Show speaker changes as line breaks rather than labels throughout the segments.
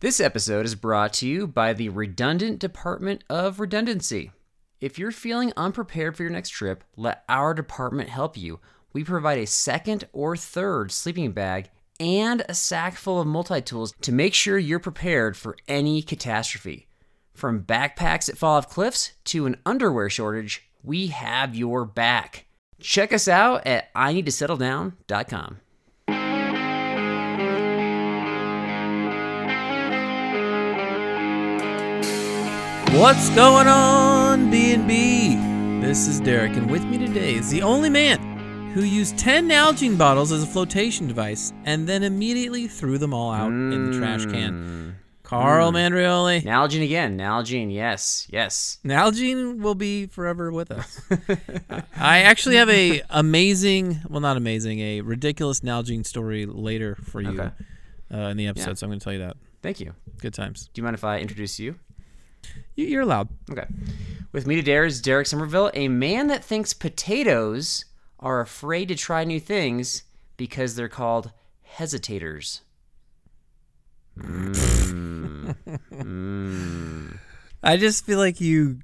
This episode is brought to you by the Redundant Department of Redundancy. If you're feeling unprepared for your next trip, let our department help you. We provide a second or third sleeping bag and a sack full of multi tools to make sure you're prepared for any catastrophe. From backpacks that fall off cliffs to an underwear shortage, we have your back. Check us out at I need to settle down.com.
What's going on, B&B? This is Derek, and with me today is the only man who used 10 Nalgene bottles as a flotation device and then immediately threw them all out in the trash
Hmm.
can. Carl Mandrioli.
Nalgene again, Nalgene, yes, yes.
Nalgene will be forever with us. I actually have a amazing, well, not amazing, a ridiculous Nalgene story later for you
Okay.
uh, in the episode,
Yeah.
so I'm going to tell you that.
Thank you.
Good times.
Do you mind if I introduce you?
You- You're allowed.
Okay. With me today is Derek Somerville, a man that thinks potatoes are afraid to try new things because they're called hesitators.
I just feel like you.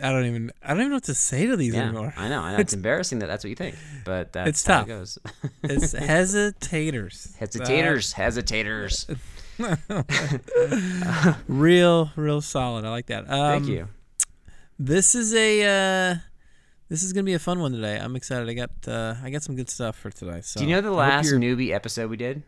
I don't even. I don't even know what to say to these
Yeah,
anymore.
I know. I know. It's embarrassing that that's what you think, but that's
It's
how
tough.
it goes.
It's hesitators.
hesitators, hesitators.
Uh, real, real solid. I like that. Um,
Thank you.
This is a. Uh, this is gonna be a fun one today. I'm excited. I got. Uh, I got some good stuff for today. So
Do you know the
I hope
last
you're-
newbie episode we did?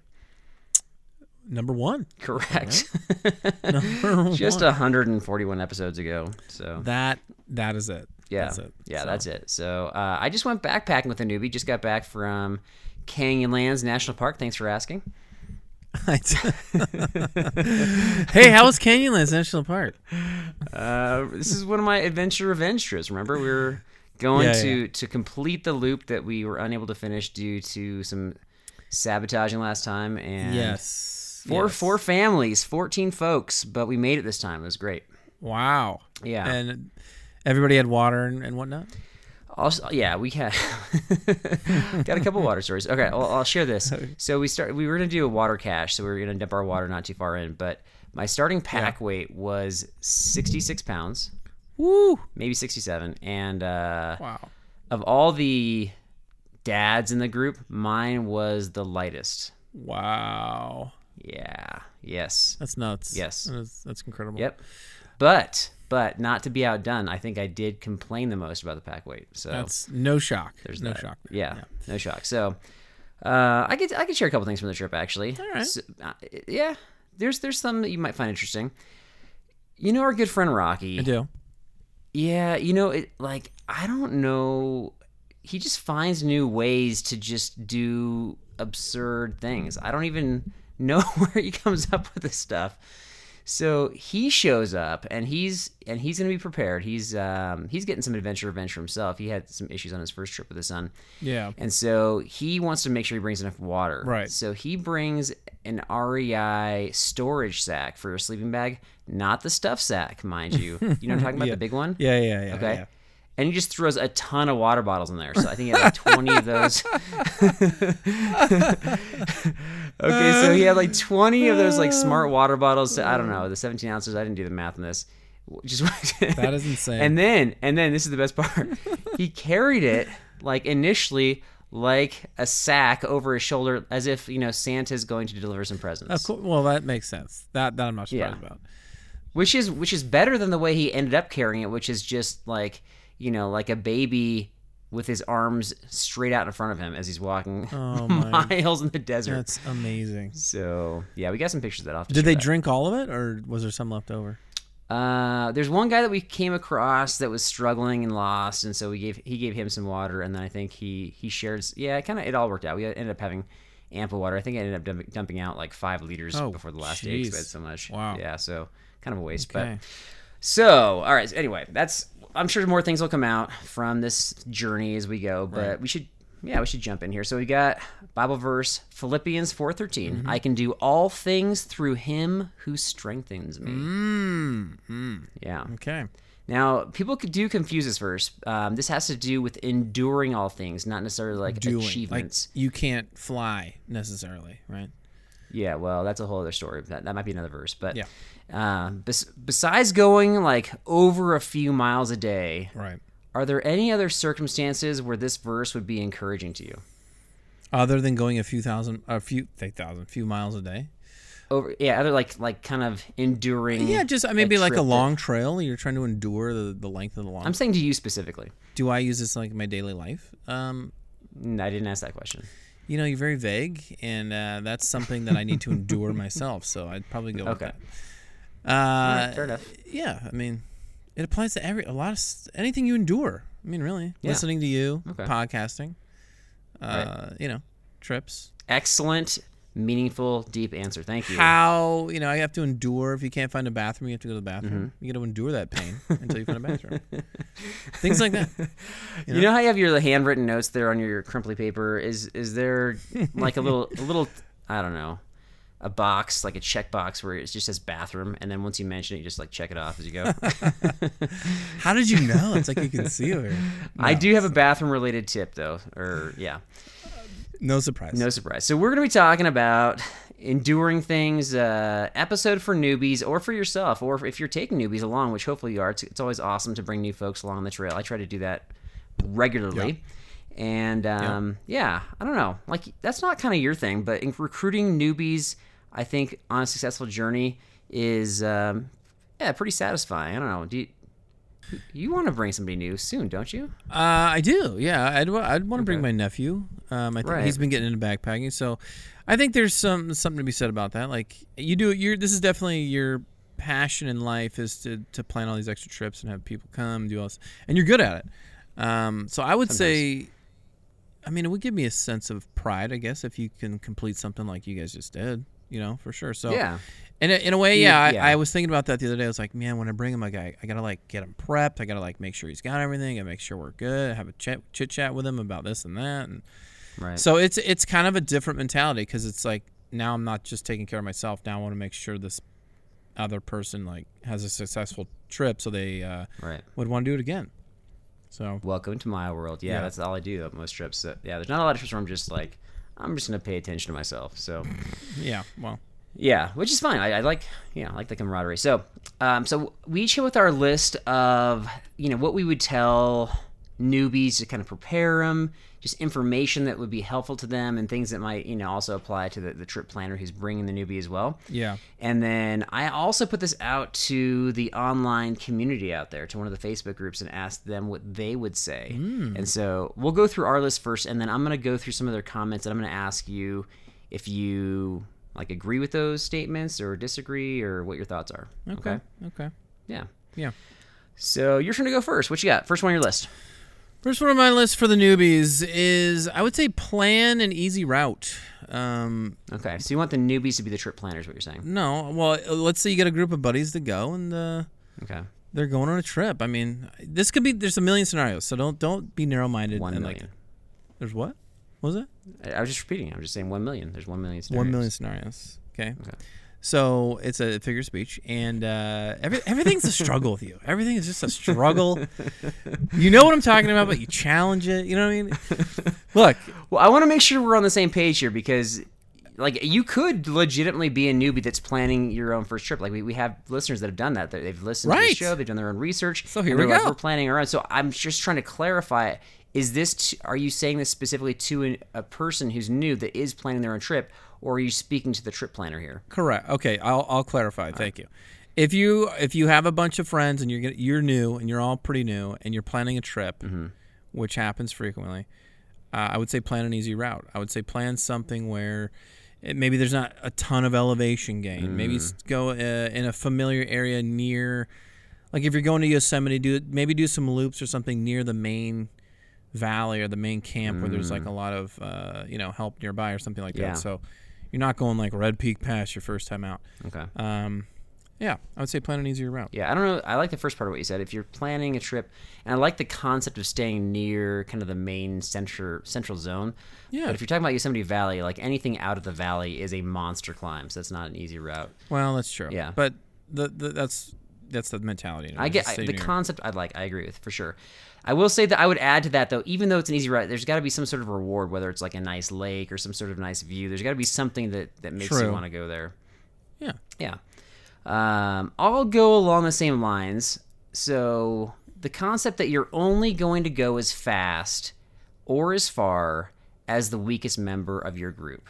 number one?
Correct.
Number
Just uh,
one.
141 episodes ago. So
that. That is it.
Yeah,
That's it.
yeah,
So,
that's it. So uh, I just went backpacking with a newbie. Just got back from Canyonlands National Park. Thanks for asking.
hey, how was Canyonlands National Park? Oh,
Uh, this is one of my adventure revenge trips. Remember, we were going
Yeah,
to to complete the loop that we were unable to finish due to some sabotaging last time. And
yes.
four
yes.
four families, fourteen folks, but we made it this time. It was great.
Wow.
Yeah.
And everybody had water and, and whatnot.
Also, yeah, we had got a couple water stories. Okay, well, I'll share this. So we start. We were gonna do a water cache, so we were gonna dump our water not too far in. But my starting pack weight was sixty six pounds,
Woo!
maybe sixty seven. And uh,
Wow.
of all the dads in the group, mine was the lightest.
Wow.
Yeah. Yes.
That's nuts.
Yes.
That's, that's incredible.
Yep. But but not to be outdone, I think I did complain the most about the pack weight. So
That's no shock.
There's
no
that.
shock.
Yeah, no shock. So, uh, I could I could share a couple things from the trip actually. All
right.
uh, yeah, there's there's some that you might find interesting. You know our good friend Rocky.
I do.
Yeah, you know it. Like I don't know, he just finds new ways to just do absurd things. I don't even know where he comes up with this stuff. So he shows up and he's and he's gonna be prepared. He's um, he's getting some adventure revenge for himself. He had some issues on his first trip with his son.
Yeah.
And so he wants to make sure he brings enough water.
Right.
So he brings an REI storage sack for a sleeping bag, not the stuff sack, mind you. You know what I'm talking about? The big one?
Yeah. Yeah. Yeah.
Okay.
yeah.
And he just throws a ton of water bottles in there. So I think he had like 20 of those. okay, so he had like 20 of those like smart water bottles. To, I don't know, the 17 ounces. I didn't do the math on this. Just
That is insane.
And then, and then this is the best part. he carried it like initially like a sack over his shoulder, as if you know Santa's going to deliver some presents.
Of course. Well, that makes sense. That that I'm not surprised
Yeah.
about.
which is which is better than the way he ended up carrying it, which is just like you know, like a baby with his arms straight out in front of him as he's walking
Oh my.
miles in the desert.
That's amazing.
So yeah, we got some pictures of that off. to
Did
show
they
that.
drink all of it, or was there some left over?
Uh, there's one guy that we came across that was struggling and lost, and so we gave he gave him some water, and then I think he he shared. s- Yeah, it kind of it all worked out. We ended up having ample water. I think I ended up dump, dumping out like five liters
Oh,
before the last day because I
jeez.
had so much.
Wow.
Yeah, so kind of a waste.
Okay.
But so all right. so anyway, that's I'm sure more things will come out from this journey as we go, but we should. Yeah, we should jump in here. So we got Bible verse Philippians 4:13.
Mm-hmm.
I can do all things through him who strengthens me. Hmm.
Mm, mm.
Yeah.
Okay.
Now, people could do confuse this verse. Um, this has to do with enduring all things, not necessarily like
Doing like
achievements.
you can't fly necessarily, right?
yeah, well, that's a whole other story. That, that might be another verse. But
Yeah.
uh, bes- besides going like over a few miles a day,
Right.
are there any other circumstances where this verse would be encouraging to you?
Other than going a few thousand, a few a thousand, few miles a day.
Over, yeah, other like like kind of enduring.
Yeah, just uh, maybe like
trip
a
that-
long trail. You're trying to endure the, the length of the long.
I'm saying to you specifically.
Do I use this like in my daily life? Um,
Mm, I didn't ask that question.
you know, you're very vague, and uh, that's something that I need to endure myself. So I'd probably go
Okay.
with that. Uh,
Fair enough.
Yeah, I mean, it applies to every a lot of s- anything you endure. I mean, really,
Yeah.
listening to you,
Okay.
podcasting, uh, you know, trips.
Excellent, meaningful, deep answer. Thank you.
How you know I have to endure if you can't find a bathroom, you have to go to the bathroom.
Mm-hmm.
You got to endure that pain until you find a bathroom. Things like that.
You know, how you have your handwritten notes there on your crumply paper? Is is there like a little a little I don't know a box like a check box where it just says bathroom, and then once you mention it, you just like check it off as you go.
How did you know? It's like you can see her.
I do have a bathroom related tip though, or yeah,
No surprise.
no surprise. So we're gonna be talking about enduring things uh, episode for newbies or for yourself, or if you're taking newbies along, which hopefully you are. It's, it's always awesome to bring new folks along the trail. I try to do that regularly.
Yeah.
And um, yeah, I don't know. Like that's not kind of your thing, but in recruiting newbies, I think on a successful journey is um, yeah pretty satisfying. I don't know. Do you, you want to bring somebody new soon, don't you?
Uh, I do. Yeah, I'd wa- I'd want to bring my nephew. Um, I think
Right.
he's been getting into backpacking, so I think there's some something to be said about that. Like you do, you're this is definitely your passion in life is to to plan all these extra trips and have people come do all this, and you're good at it. Um, so I would say, I mean, it would give me a sense of pride, I guess, if you can complete something like you guys just did. You know, for sure. So
Yeah.
in a, in a way, yeah, I,
yeah.
I was thinking about that the other day. I was like, man, when I bring him a guy, I gotta like get him prepped. I gotta like make sure he's got everything. I make sure we're good. I have a chit chit chat with him about this and that. And
Right.
so it's it's kind of a different mentality because it's like now I'm not just taking care of myself. Now I want to make sure this other person like has a successful trip, so they uh,
right.
would want to do it again. So
Welcome to my world. Yeah,
Yeah.
that's all I do at most trips. So, yeah, there's not a lot of trips where I'm just like, I'm just gonna pay attention to myself. So
yeah, well,
yeah, which is fine. I, I like yeah, I like the camaraderie. So um, so we each came with our list of you know what we would tell newbies to kind of prepare them, just information that would be helpful to them, and things that might you know also apply to the, the trip planner who's bringing the newbie as well.
yeah,
And then I also put this out to the online community out there, to one of the Facebook groups, and asked them what they would say.
Hmm.
And so we'll go through our list first, and then I'm going to go through some of their comments, and I'm going to ask you if you like agree with those statements or disagree, or what your thoughts are. Okay.
okay,
Yeah.
yeah.
So you're trying to go first. What you got? First one on your list.
First one on my list for the newbies is I would say plan an easy route. Um,
Okay. So you want the newbies to be the trip planners? What you're saying?
No, well, uh, let's say you get a group of buddies to go and uh,
Okay.
they're going on a trip. I mean, this could be there's a million scenarios, so don't don't be narrow minded.
One
and
million.
Like, there's what? What was it?
I I was just repeating. I'm just saying one million. There's one million.
One
scenarios.
million scenarios. Okay.
Okay.
So it's a figure of speech, and uh, every, everything's a struggle with you. Everything is just a struggle. you know what I'm talking about, but you challenge it. You know what I mean? Look,
Well, I want to make sure we're on the same page here because, like, you could legitimately be a newbie that's planning your own first trip. Like, we, we have listeners that have done that. They- They've listened to the
Right.
show, they've done their own research.
So here
and
we
they're like,
go.
we're planning our own. So I'm just trying to clarify. Is this? T- are you saying this specifically to an, a person who's new that is planning their own trip, or are you speaking to the trip planner here?
Correct. Okay, I'll, I'll clarify. Thank you. If you if you have a bunch of friends and you're gonna, you're new and you're all pretty new and you're planning a trip, which happens frequently, uh, I would say plan an easy route. I would say plan something where it, maybe there's not a ton of elevation gain. Maybe s- go uh, in a familiar area near, like if you're going to Yosemite, do maybe do some loops or something near the main valley or the main camp where there's like a lot of uh, you know help nearby or something like
Mm. Yeah.
that. So you're not going like Red Peak Pass your first time out.
Okay.
Um, yeah, I would say plan an easier route.
Yeah, I don't know. I like the first part of what you said. If you're planning a trip, and I like the concept of staying near kind of the main center central zone.
Yeah.
But if you're talking about Yosemite Valley, like anything out of the valley is a monster climb, so that's not an easy route.
Well, that's true.
Yeah.
but the, the that's that's the mentality. you know,
I get
just
I,
stay
the
near.
concept. I like. I agree with for sure. I will say that I would add to that though. Even though it's an easy route, there's got to be some sort of reward, whether it's like a nice lake or some sort of nice view. There's got to be something that that makes you
True.
want to go there.
yeah.
Yeah. Um, I'll go along the same lines. So the concept that you're only going to go as fast or as far as the weakest member of your group.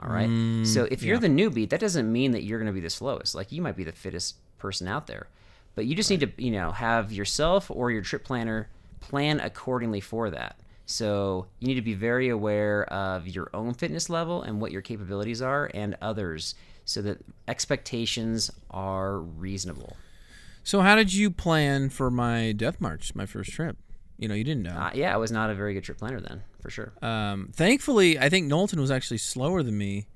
All right. so if you're the newbie, that doesn't mean that you're going to be the slowest. Like you might be the fittest person out there, but you just need to, you know, have yourself or your trip planner plan accordingly for that. So you need to be very aware of your own fitness level and what your capabilities are and others so that expectations are reasonable.
So how did you plan for my death march, my first trip? You know, you didn't know.
Uh, yeah, I was not a very good trip planner then, for sure.
Um, thankfully, I think Knowlton was actually slower than me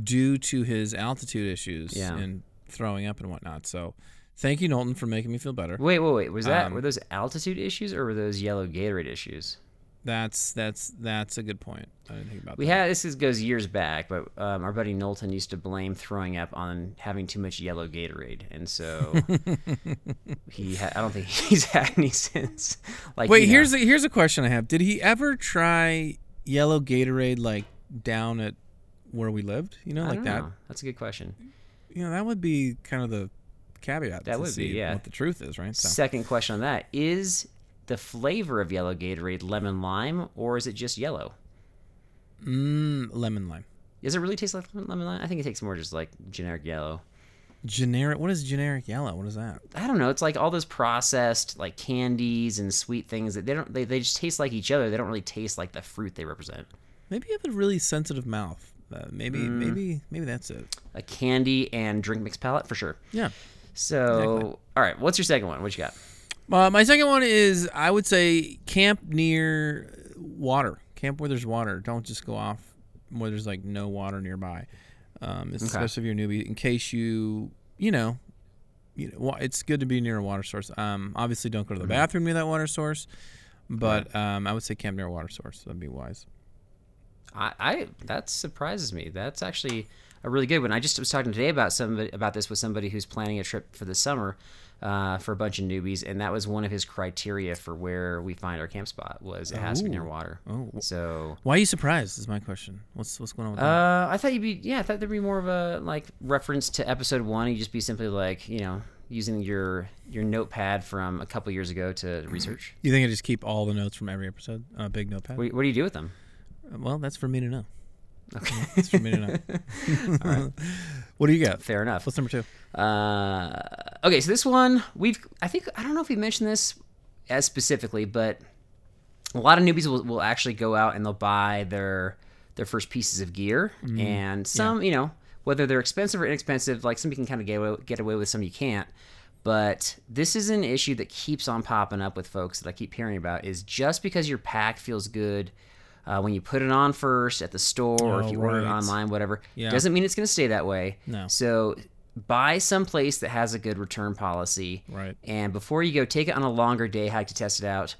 due to his altitude issues
Yeah.
and throwing up and whatnot. So thank you, Knowlton, for making me feel better.
Wait, wait, wait. Was that
um,
were those altitude issues or were those yellow Gatorade issues?
That's that's that's a good point. I didn't think about
We
that.
had this is, goes years back, but um, our buddy Knowlton used to blame throwing up on having too much yellow Gatorade, and so he ha- I don't think he's had any since. Like,
Wait,
you know,
here's a, here's a question I have. Did he ever try yellow Gatorade like down at where we lived? You know,
I
like
don't
that.
know. That's a good question.
You know, that would be kind of the caveat.
That
to
would be,
see
yeah.
What the truth is, right? So,
Second question on that is the flavor of yellow Gatorade lemon lime or is it just yellow?
mm, lemon lime.
Does it really taste like lemon lemon lime? I think it tastes more just like generic yellow.
Generic. What is generic yellow? What is that?
I don't know. It's like all those processed like candies and sweet things that they don't they, they just taste like each other. They don't really taste like the fruit they represent.
Maybe you have a really sensitive mouth. Uh, maybe
Mm.
maybe maybe that's it.
a candy and drink mix palette for sure.
Yeah.
So, all right, what's your second one? What you got?
Uh, my second one is I would say camp near water. Camp where there's water. Don't just go off where there's like no water nearby. Um, it's Especially if you're a newbie, in case you you know, you know, wa- it's good to be near a water source. Um, obviously, don't go to the bathroom near that water source, but um, I would say camp near a water source. That'd be wise.
I, I that surprises me. That's actually a really good one. I just was talking today about somebody about this with somebody who's planning a trip for the summer uh, for a bunch of newbies, and that was one of his criteria for where we find our camp spot was it has to be near water.
Oh.
So.
Why are you surprised? Is my question. What's what's going on with that?
Uh, I thought you'd be yeah. I thought there'd be more of a like reference to episode one. You'd just be simply like you know using your your notepad from a couple years ago to research.
You think I just keep all the notes from every episode on a big notepad?
what, what do you do with them?
Well, that's for me to know. Okay. That's for me to know. What do you got?
Fair enough.
What's number two?
Uh, okay, so this one we've I think I don't know if we mentioned this as specifically, but a lot of newbies will, will actually go out and they'll buy their their first pieces of gear, and some you know whether they're expensive or inexpensive, like some you can kind of get away, get away with, some you can't. But this is an issue that keeps on popping up with folks that I keep hearing about is just because your pack feels good uh, when you put it on first at the store or if
Oh,
you order it
right.
online, whatever,
Yeah.
doesn't mean it's going to stay that way.
No.
So buy someplace that has a good return policy.
Right.
And before you go, take it on a longer day hike to test it out.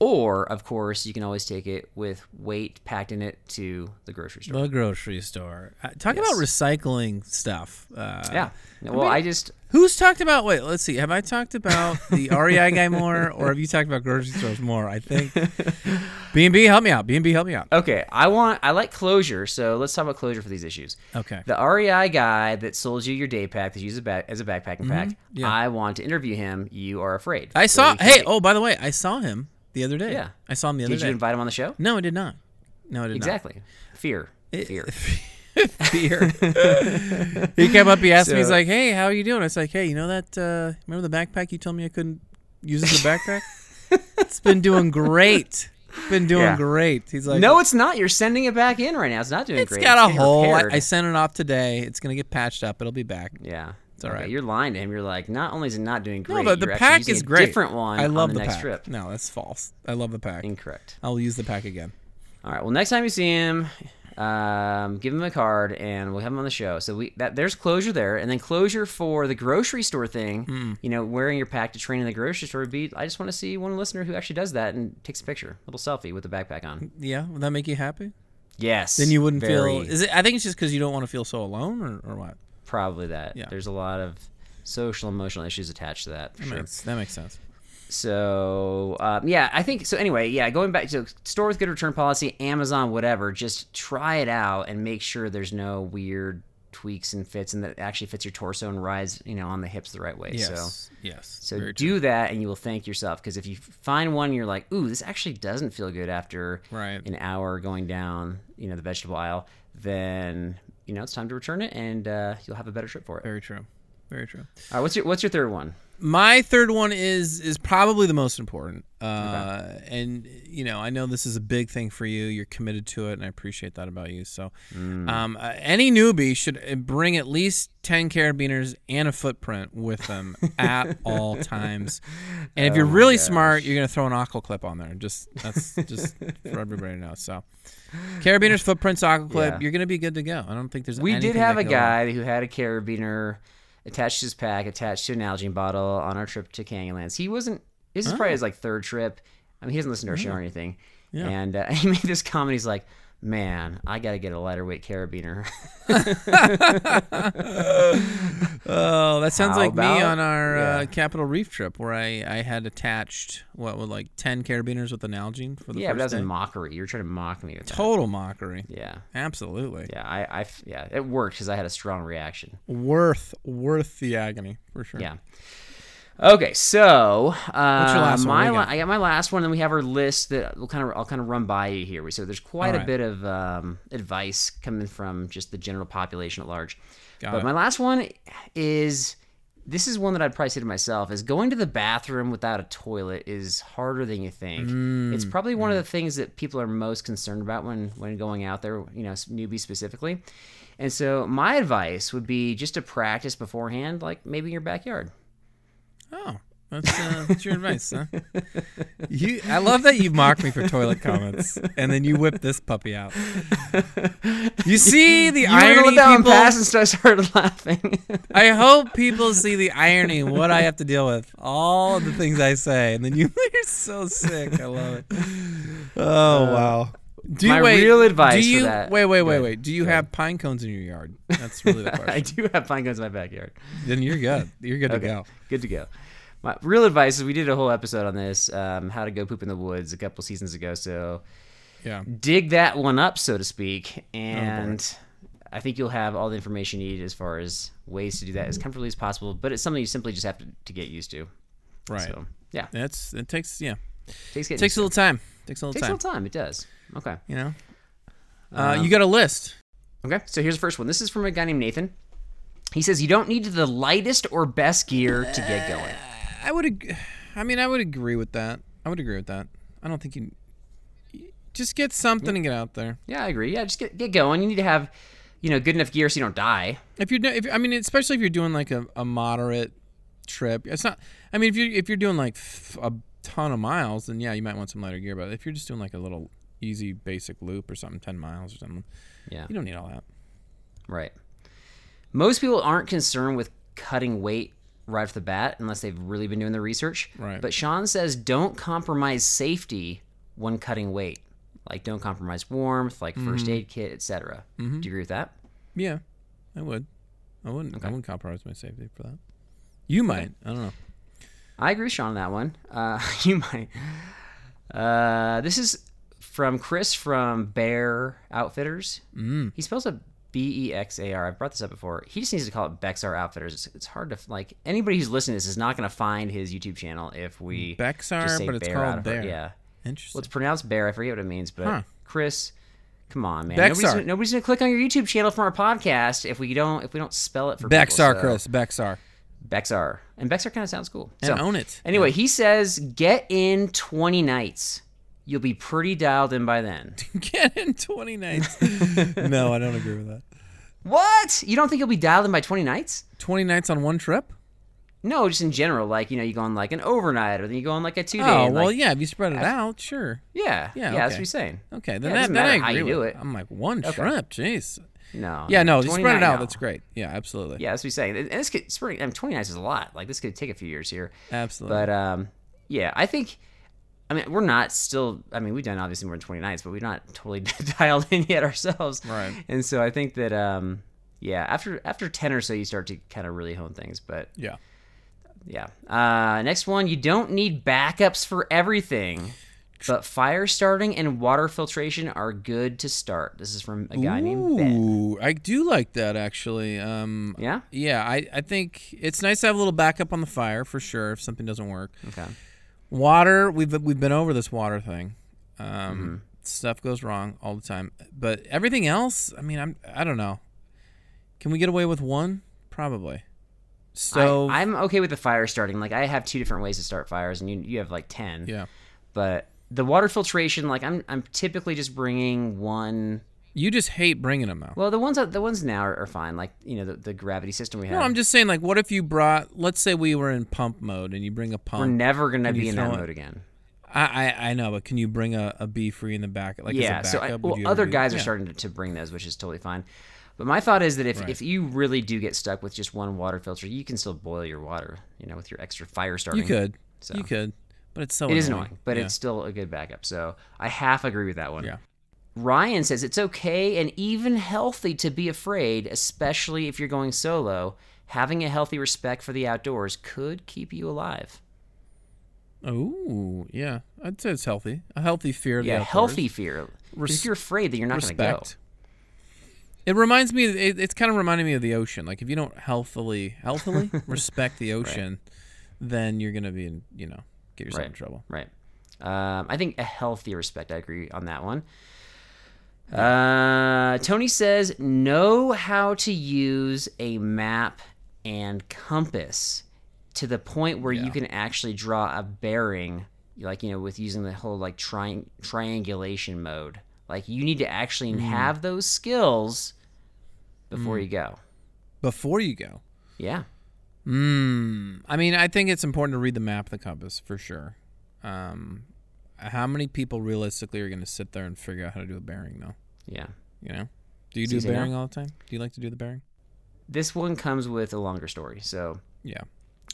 Or, of course, you can always take it with weight packed in it to the grocery store.
The grocery store. Uh, Talk about recycling stuff. Uh,
yeah. Well, I, just
Who's talked about? Wait, let's see. Have I talked about the REI guy more, or have you talked about grocery stores more? I think. B and B, help me out. B and B, help me out.
okay. I want I like closure, so let's talk about closure for these issues.
Okay.
The REI guy that sold you your day pack that you use as a back, as a backpacking pack.
Mm-hmm. Yeah.
I want to interview him. You are afraid.
I
So
saw.
we can
Hey.
take-
Oh, by the way, I saw him the other day.
Yeah.
I saw him the other
did
day.
you invite him on the show?
no, I did not. No, I did
Exactly. Fear.
not.
Fear.
with beer. he came up, he asked me, he's
So-
like, "Hey, how are you doing?" I was like, "Hey, you know that? Uh, remember the backpack you told me I couldn't use as a backpack? it's been doing great. Been doing
Yeah.
great." He's like,
No, it's not. You're sending it back in right now. It's not doing
it's
great.
got a
getting
hole. I,
repaired.
I sent it off today. It's gonna get patched up. It'll be back."
yeah, it's
all right.
You're lying to him. You're like, not only is it not doing
No,
great,
but the
you're actually
pack
using
is
a
great.
Different one.
I love
on the, next
pack.
trip.
No, that's false. I love the pack.
Incorrect.
I'll use the pack again.
All right. Well, next time you see him, um, give him a card, and we'll have him on the show. So we that there's closure there, and then closure for the grocery store thing.
Hmm.
You know, wearing your pack to train in the grocery store would be. I just want to see one listener who actually does that and takes a picture, little selfie with the backpack on.
Yeah, would that make you happy?
Yes.
Then you wouldn't
very,
feel. Is it? I think it's just because you don't want to feel so alone, or, or what?
probably that.
Yeah.
There's a lot of social emotional issues attached to that. For
That
sure.
makes- that makes sense.
So um, yeah, I think so. Anyway, yeah, going back to store with good return policy, Amazon, whatever. Just try it out and make sure there's no weird tweaks and fits, and that it actually fits your torso and rides, you know, on the hips the right way. So.
Yes. yes.
So
very
do that, and you will thank yourself. Because if you find one, you're like, "Ooh, this actually doesn't feel good after
Right.
an hour going down, you know, the vegetable aisle." Then you know it's time to return it, and uh, you'll have a better trip for it.
Very true. Very true.
All right, what's your what's your third one?
My third one is is probably the most important. Uh, And you know, I know this is a big thing for you. You're committed to it, and I appreciate that about you. So,
Mm.
um, uh, any newbie should uh, bring at least ten carabiners and a footprint with them at all times. And
Oh
if you're really smart, you're gonna throw an aqua clip on there. Just that's just for everybody to know. So, carabiners, footprints, aqua clip.
Yeah.
You're gonna be good to go. I don't think there's.
We did
anything
have
that
a
could go wrong.
guy who had a carabiner attached to his pack, attached to an algae bottle on our trip to Canyonlands. He wasn't. This is
Oh.
probably his like third trip. I mean, he doesn't listen to our show or anything. And uh, he made this comment. He's like, "Man, I got to get a lighter weight carabiner."
Oh, that sounds
How
like me
about-
on our uh,
Yeah.
Capitol Reef trip where I, I had attached what were like ten carabiners with an algene for the
yeah, but that
first
was in
day.
mockery. You're trying to mock me with that.
total mockery.
Yeah,
Absolutely
yeah. I, I f- yeah. It worked because I had a strong reaction.
worth worth the agony for sure.
Yeah. Okay, so uh,
What's your last one? What
my
do you
la-
got?
I got my last one. Then we have our list that we'll kind of I'll kind of run by you here. So there's quite
right.
a bit of um, advice coming from just the general population at large.
Got
but
it.
my last one is this is one that I'd probably say to myself is going to the bathroom without a toilet is harder than you think.
Mm,
It's probably one of the things that people are most concerned about when when going out there, you know, newbies specifically. And so my advice would be just to practice beforehand, like maybe in your backyard.
Oh, that's, uh, that's your advice, huh? You, I love that you mock me for toilet comments and then you whip this puppy out. You see the
You were the
irony,
one that went
people.
past and so I started laughing.
I hope people see the irony in what I have to deal with, all the things I say, and then you, you're so sick. I love it. Oh wow. Do
my real advice
do
for
you,
that-
Wait, wait, wait,
ahead.
wait. Do you have pine cones in your yard? That's really the
I
question.
do have pine cones in my backyard.
then you're good. You're good to go.
Good to go. My real advice is we did a whole episode on this, um, how to go poop in the woods a couple seasons ago. So
Yeah.
dig that one up, so to
Oh,
speak, and I think you'll have all the information you need as far as ways to do that as comfortably as possible. But it's something you simply just have to, to get used to.
Right.
So yeah,
That's it takes yeah.
takes getting used
Takes a
to.
little time. Takes a little
takes a
time.
little time. It does. Okay.
You know? Uh, you got a list.
Okay, so here's the first one. This is from a guy named Nathan. He says you don't need the lightest or best gear to get going.
I would ag- I mean I would agree with that. I would agree with that. I don't think you just get something and get out there.
Yeah, I agree. Yeah, just get get going. You need to have, you know, good enough gear so you don't die.
if you're do- if, I mean especially if you're doing like a, a moderate trip it's not I mean if you if you're doing like f- a ton of miles then yeah you might want some lighter gear but if you're just doing like a little easy basic loop or something 10 miles or something
Yeah.
you don't need all that
Right. Most people aren't concerned with cutting weight right off the bat unless they've really been doing the research.
Right.
But Sean says don't compromise safety when cutting weight. Like don't compromise warmth, like first aid kit, etc. Do you agree with that?
yeah I would I wouldn't I wouldn't compromise my safety for that you might I don't know
I agree with Sean on that one. Uh, you might. Uh, this is from Chris from Bear Outfitters. Mm. He spells it B E X A R. I've brought this up before. He just needs to call it Bexar Outfitters. It's, it's hard to like. Anybody who's listening to this is not going to find his YouTube channel if we
Bexar
just say
but it's
Bear out of
called
her-
Bear
Yeah. Well,
interesting
it's pronounced Bear. I forget what it means, but
Huh.
Chris Come on, man.
Bexar.
Nobody's, gonna- nobody's gonna click on your YouTube channel from our podcast if we don't if we don't spell it for people,
Bexar,
so-
Chris. Bexar.
Bexar. And Bexar kind of sounds cool.
And
so,
own it.
Anyway, he says, get in 20 nights. You'll be pretty dialed in by then.
Get in 20 nights. no, I don't agree with that.
what? You don't think you'll be dialed in by 20 nights?
20 nights on one trip?
No, just in general. Like, you know, you go on like an overnight or then you go on like a two day.
Oh, well, yeah. If you spread it out, sure.
Yeah. Yeah,
yeah,
that's
okay.
what he's saying.
Okay, then
Yeah, it
that,
doesn't
then I
matter
agree
how you
with
do it.
I'm like, one shrimp? Jeez.
No.
Yeah, no, you
20
spread it
night,
out.
no.
That's great. Yeah, absolutely.
Yeah, that's what he's saying. And this could, it's pretty, I mean, 20 nights is a lot. Like, this could take a few years here.
Absolutely.
But um, yeah, I think. I mean, we're not still. I mean, we've done obviously more than 20 nights, but we're not totally dialed in yet ourselves.
Right.
And so I think that um, yeah, after after 10 or so, you start to kind of really hone things. But
yeah.
yeah. Uh, next one, you don't need backups for everything. But fire starting and water filtration are good to start. This is from a guy named Ben.
Ooh, I do like that actually. Um,
Yeah.
yeah, I, I think it's nice to have a little backup on the fire for sure if something doesn't work.
Okay.
Water, we've we've been over this water thing. Um,
Mm-hmm.
Stuff goes wrong all the time, but everything else, I mean, I'm I don't know. Can we get away with one? Probably. So
I, I'm okay with the fire starting. Like I have two different ways to start fires, and you you have like 10.
yeah,
but the water filtration like i'm i'm typically just bringing one
you just hate bringing them out.
well the ones that the ones now are, are fine like you know the, the gravity system we have
no, I'm just saying, like, what if you brought? Let's say we were in pump mode, and you bring a
we're
pump.
never gonna
you
be in
throw
that
it-
mode again
I, I I know, but can you bring a, a B free in the back? Like,
yeah
as a
so
backup?
I,
Would
well
you ever
other
do-
guys are
yeah.
starting to, to bring those which is totally fine but my thought is that if,
Right.
if you really do get stuck with just one water filter you can still boil your water you know with your extra fire starting
You could,
So.
you could, but it's so
it
annoying.
is annoying but
Yeah.
it's still a good backup so i half agree with that one
Yeah.
Ryan says it's okay and even healthy to be afraid, especially if you're going solo. Having a healthy respect for the outdoors could keep you alive.
oh yeah, I'd say it's healthy. A healthy fear. Of
Yeah,
the outdoors.
healthy fear. 'Cause
Res-
if you're afraid that you're not going to go.
respect. It reminds me. It, it's kind of reminding me of the ocean. Like if you don't healthily, healthily respect the ocean, then you're gonna be in, you know, get yourself in
Right.
trouble.
Right. Um, I think a healthy respect. I agree on that one. Uh, Tony says, know how to use a map and compass to the point where you can actually draw a bearing, like, you know, with using the whole like tri- triangulation mode. Like, you need to actually have those skills before you go.
Before you go.
Yeah.
Mm, I mean, I think it's important to read the map of the compass for sure. Um, how many people realistically are going to sit there and figure out how to do a bearing, though?
Yeah.
You know, do you
It's
do a
easy enough.
bearing all the time? Do you like to do the bearing?
This one comes with a longer story. So,
Yeah,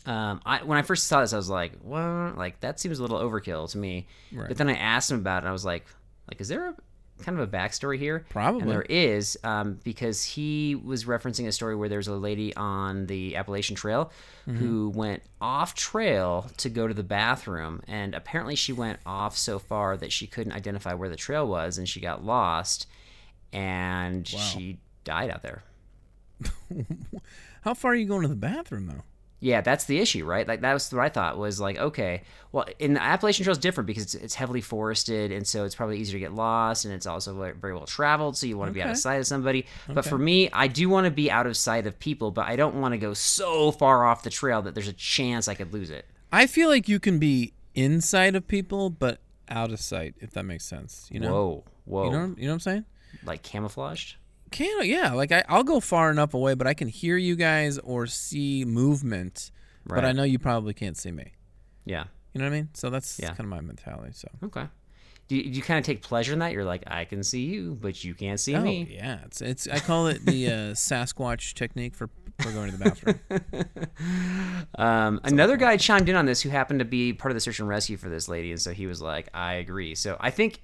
um, I when I first saw this, I was like, "Well, like that seems a little overkill to me."
Right.
But then I asked him about it, and I was like, "Like, is there a kind of a backstory here?"
Probably.
And there is, um, because he was referencing a story where there was a lady on the Appalachian Trail
Mm-hmm.
who went off trail to go to the bathroom, and apparently she went off so far that she couldn't identify where the trail was, and she got lost, and she died out there.
How far are you going to the bathroom though?
Yeah, that's the issue, right? Like that was what I thought was like, okay, well, in the Appalachian Trail is different because it's, it's heavily forested, and so it's probably easier to get lost, and it's also ve- very well traveled, so you want to be out of
Okay.
sight of somebody. But for me, I do want to be out of sight of people, but I don't want to go so far off the trail that there's a chance I could lose it.
I feel like you can be inside of people, but out of sight, if that makes sense. You know,
Whoa, whoa,
you know, you know what I'm saying?
like camouflaged.
Can yeah, like I, I'll go far enough away, but I can hear you guys or see movement, but I
Right.
know you probably can't see me.
Yeah.
You know what I mean? So that's
Yeah.
kind of my mentality. So
Okay. Do you, do you kind of take pleasure in that? You're like, I can see you, but you can't see
oh
me.
yeah, it's it's I call it the uh, Sasquatch technique for for going to the bathroom.
Um, another guy chimed in on this who happened to be part of the search and rescue for this lady, and so he was like, "I agree." So I think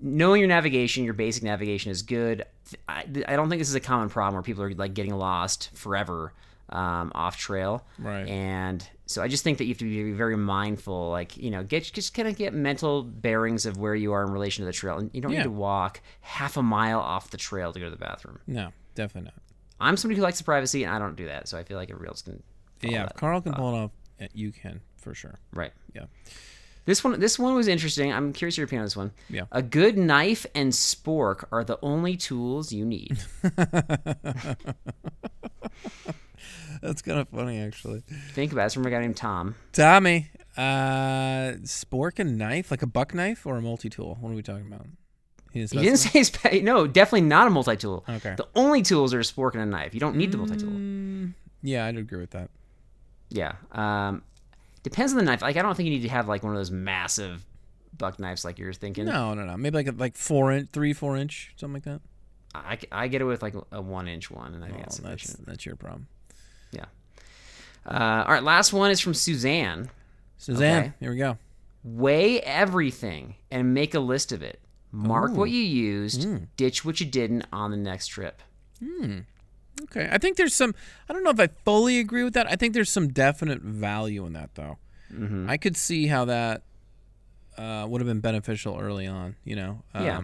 knowing your navigation, your basic navigation, is good. I, I don't think this is a common problem where people are like getting lost forever um, off trail,
Right.
And so I just think that you have to be very mindful, like you know, get just kind of get mental bearings of where you are in relation to the trail, and you don't
Yeah.
need to walk half a mile off the trail to go to the bathroom.
no, definitely not.
I'm somebody who likes the privacy, and I don't do that, so I feel like everybody else can. follow
yeah, if
that.
Carl can pull it off. uh, You can for sure.
right.
Yeah.
This one, this one was interesting. I'm curious your opinion on this one.
Yeah.
A good knife and spork are the only tools you need.
That's kind of funny, actually.
Think about it. It's from a guy named Tom.
Tommy, uh, spork and knife, like a buck knife or a multi tool? What are we talking about? He didn't
He didn't say
specify?
his pa- no. Definitely not a multi-tool.
Okay.
The only tools are a spork and a knife. You don't need the multi-tool.
Mm, yeah, I'd agree with that.
Yeah. Um, depends on the knife. Like I don't think you need to have like one of those massive buck knives like you're thinking.
No, no, no. Maybe like a, like four inch, three, four inch, something like that.
I, I get it with like a one inch one, and I think
Oh,
that's
that's
sufficient.
that's your problem.
Uh, all right, last one is from Suzanne.
Suzanne,
Okay.
here we go.
Weigh everything and make a list of it. Mark what you used,
Hmm.
ditch what you didn't on the next trip.
Okay, I think there's some. I don't know if I fully agree with that. I think there's some definite value in that, though. I could see how that uh, would have been beneficial early on. You know,
Yeah.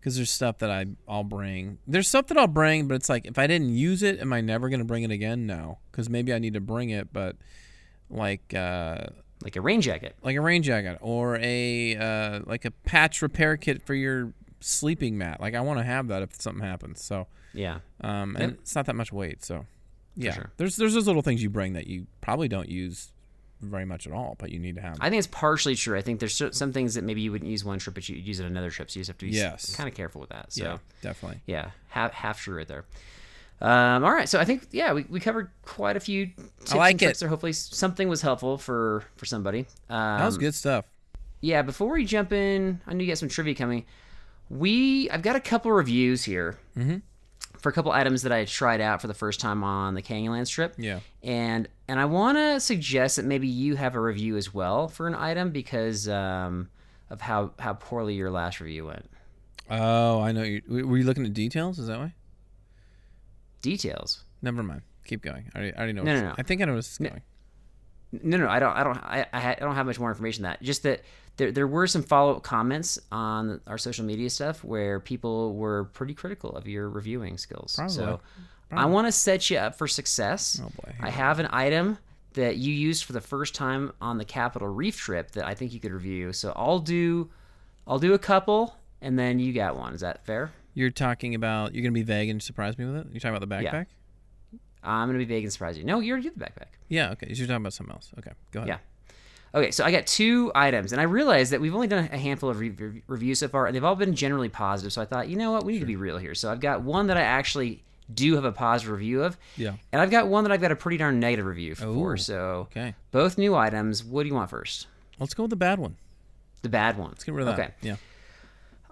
Because there's stuff that I I'll bring. There's stuff that I'll bring, but it's like if I didn't use it, am I never gonna bring it again? No, because maybe I need to bring it, but like uh,
Like a rain jacket.
like a rain jacket or a uh, like a patch repair kit for your sleeping mat. Like I want to have that if something happens. So.
Yeah.
Um, and it's not that much weight, so yeah.
sure.
There's there's those little things you bring that you probably don't use very much at all, but you need to have.
I think it's partially true. I think there's cer- some things that maybe you wouldn't use one trip, but you'd use it another trip. So you just have to be
Yes.
kind of careful with that. So
yeah, definitely.
yeah, half half true right there. Um, all right, so I think yeah, we, we covered quite a few tips
like
and tricks
it.
there. Hopefully, s- something was helpful for for somebody. Um,
That was good stuff.
Yeah, before we jump in, I know you got some trivia coming. We I've got a couple reviews here for a couple items that I tried out for the first time on the Canyonlands trip.
Yeah.
and and I want to suggest that maybe you have a review as well for an item because um, of how how poorly your last review went.
Oh, I know. You w- were you looking at details? Is that why?
Details.
Never mind. Keep going. I already, I already know.
No,
what's-
no, no.
I think I know what's going.
No, no, I don't. I don't. I, I ha- I don't have much more information than that. Just that there, there were some follow up comments on our social media stuff where people were pretty critical of your reviewing skills. So I want to set you up for success.
Oh, boy.
I have an item that you used for the first time on the Capitol Reef trip that I think you could review. So I'll do, I'll do a couple, and then you got one. Is that fair?
You're talking about. You're gonna be vague and surprise me with it. You're talking about the
Yeah.
backpack.
I'm gonna be vague and surprise you. No, you already did the backpack.
Yeah. okay. You're talking about something else. Okay. Go ahead.
Yeah. Okay, so I got two items, and I realized that we've only done a handful of re- re- reviews so far, and they've all been generally positive. So I thought, you know what, we need to be real here. So I've got one that I actually do have a positive review of,
Yeah.
and I've got one that I've got a pretty darn negative review
Ooh,
for. So
Okay.
both new items. What do you want first?
Let's go with the bad one.
The bad one.
Let's get rid of that.
Okay,
Yeah.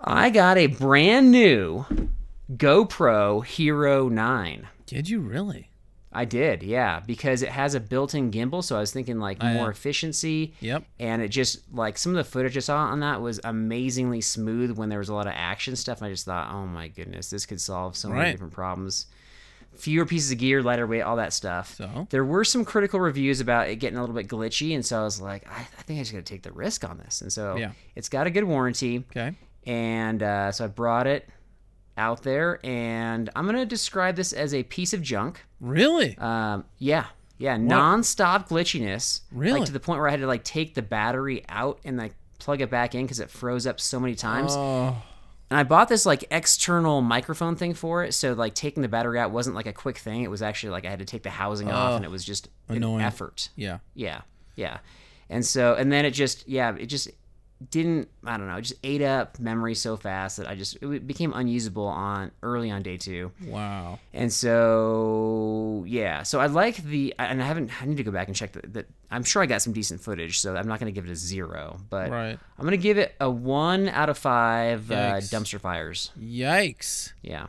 I got a brand new GoPro Hero Nine.
Did you really?
I did, yeah, because it has a built-in gimbal, so I was thinking like more efficiency.
Yep.
and it just like some of the footage I saw on that was amazingly smooth when there was a lot of action stuff. And I just thought, oh my goodness, this could solve so
Right.
many different problems. Fewer pieces of gear, lighter weight, all that stuff.
So?
there were some critical reviews about it getting a little bit glitchy, and so I was like, I, I think I just got to take the risk on this. And so
Yeah.
it's got a good warranty,
Okay.
and uh, so I brought it out there, and I'm gonna describe this as a piece of junk.
Really?
Um, yeah, yeah, non-stop glitchiness.
Really?
Like to the point where I had to like take the battery out and like plug it back in because it froze up so many times.
oh.
And I bought this like external microphone thing for it, so like taking the battery out wasn't like a quick thing. It was actually like I had to take the housing off, and it was just
Oh. Annoying.
an effort.
Yeah.
Yeah, yeah. And so, and then it just, yeah, it just didn't. I don't know. It just ate up memory so fast that I just it became unusable on early on day two.
Wow.
And so, yeah. So I like the, and I haven't. I need to go back and check that. that I'm sure I got some decent footage, so I'm not going to give it a zero, but
Right.
I'm going to give it a one out of five uh,
Yikes.
dumpster fires.
Yikes.
Yeah.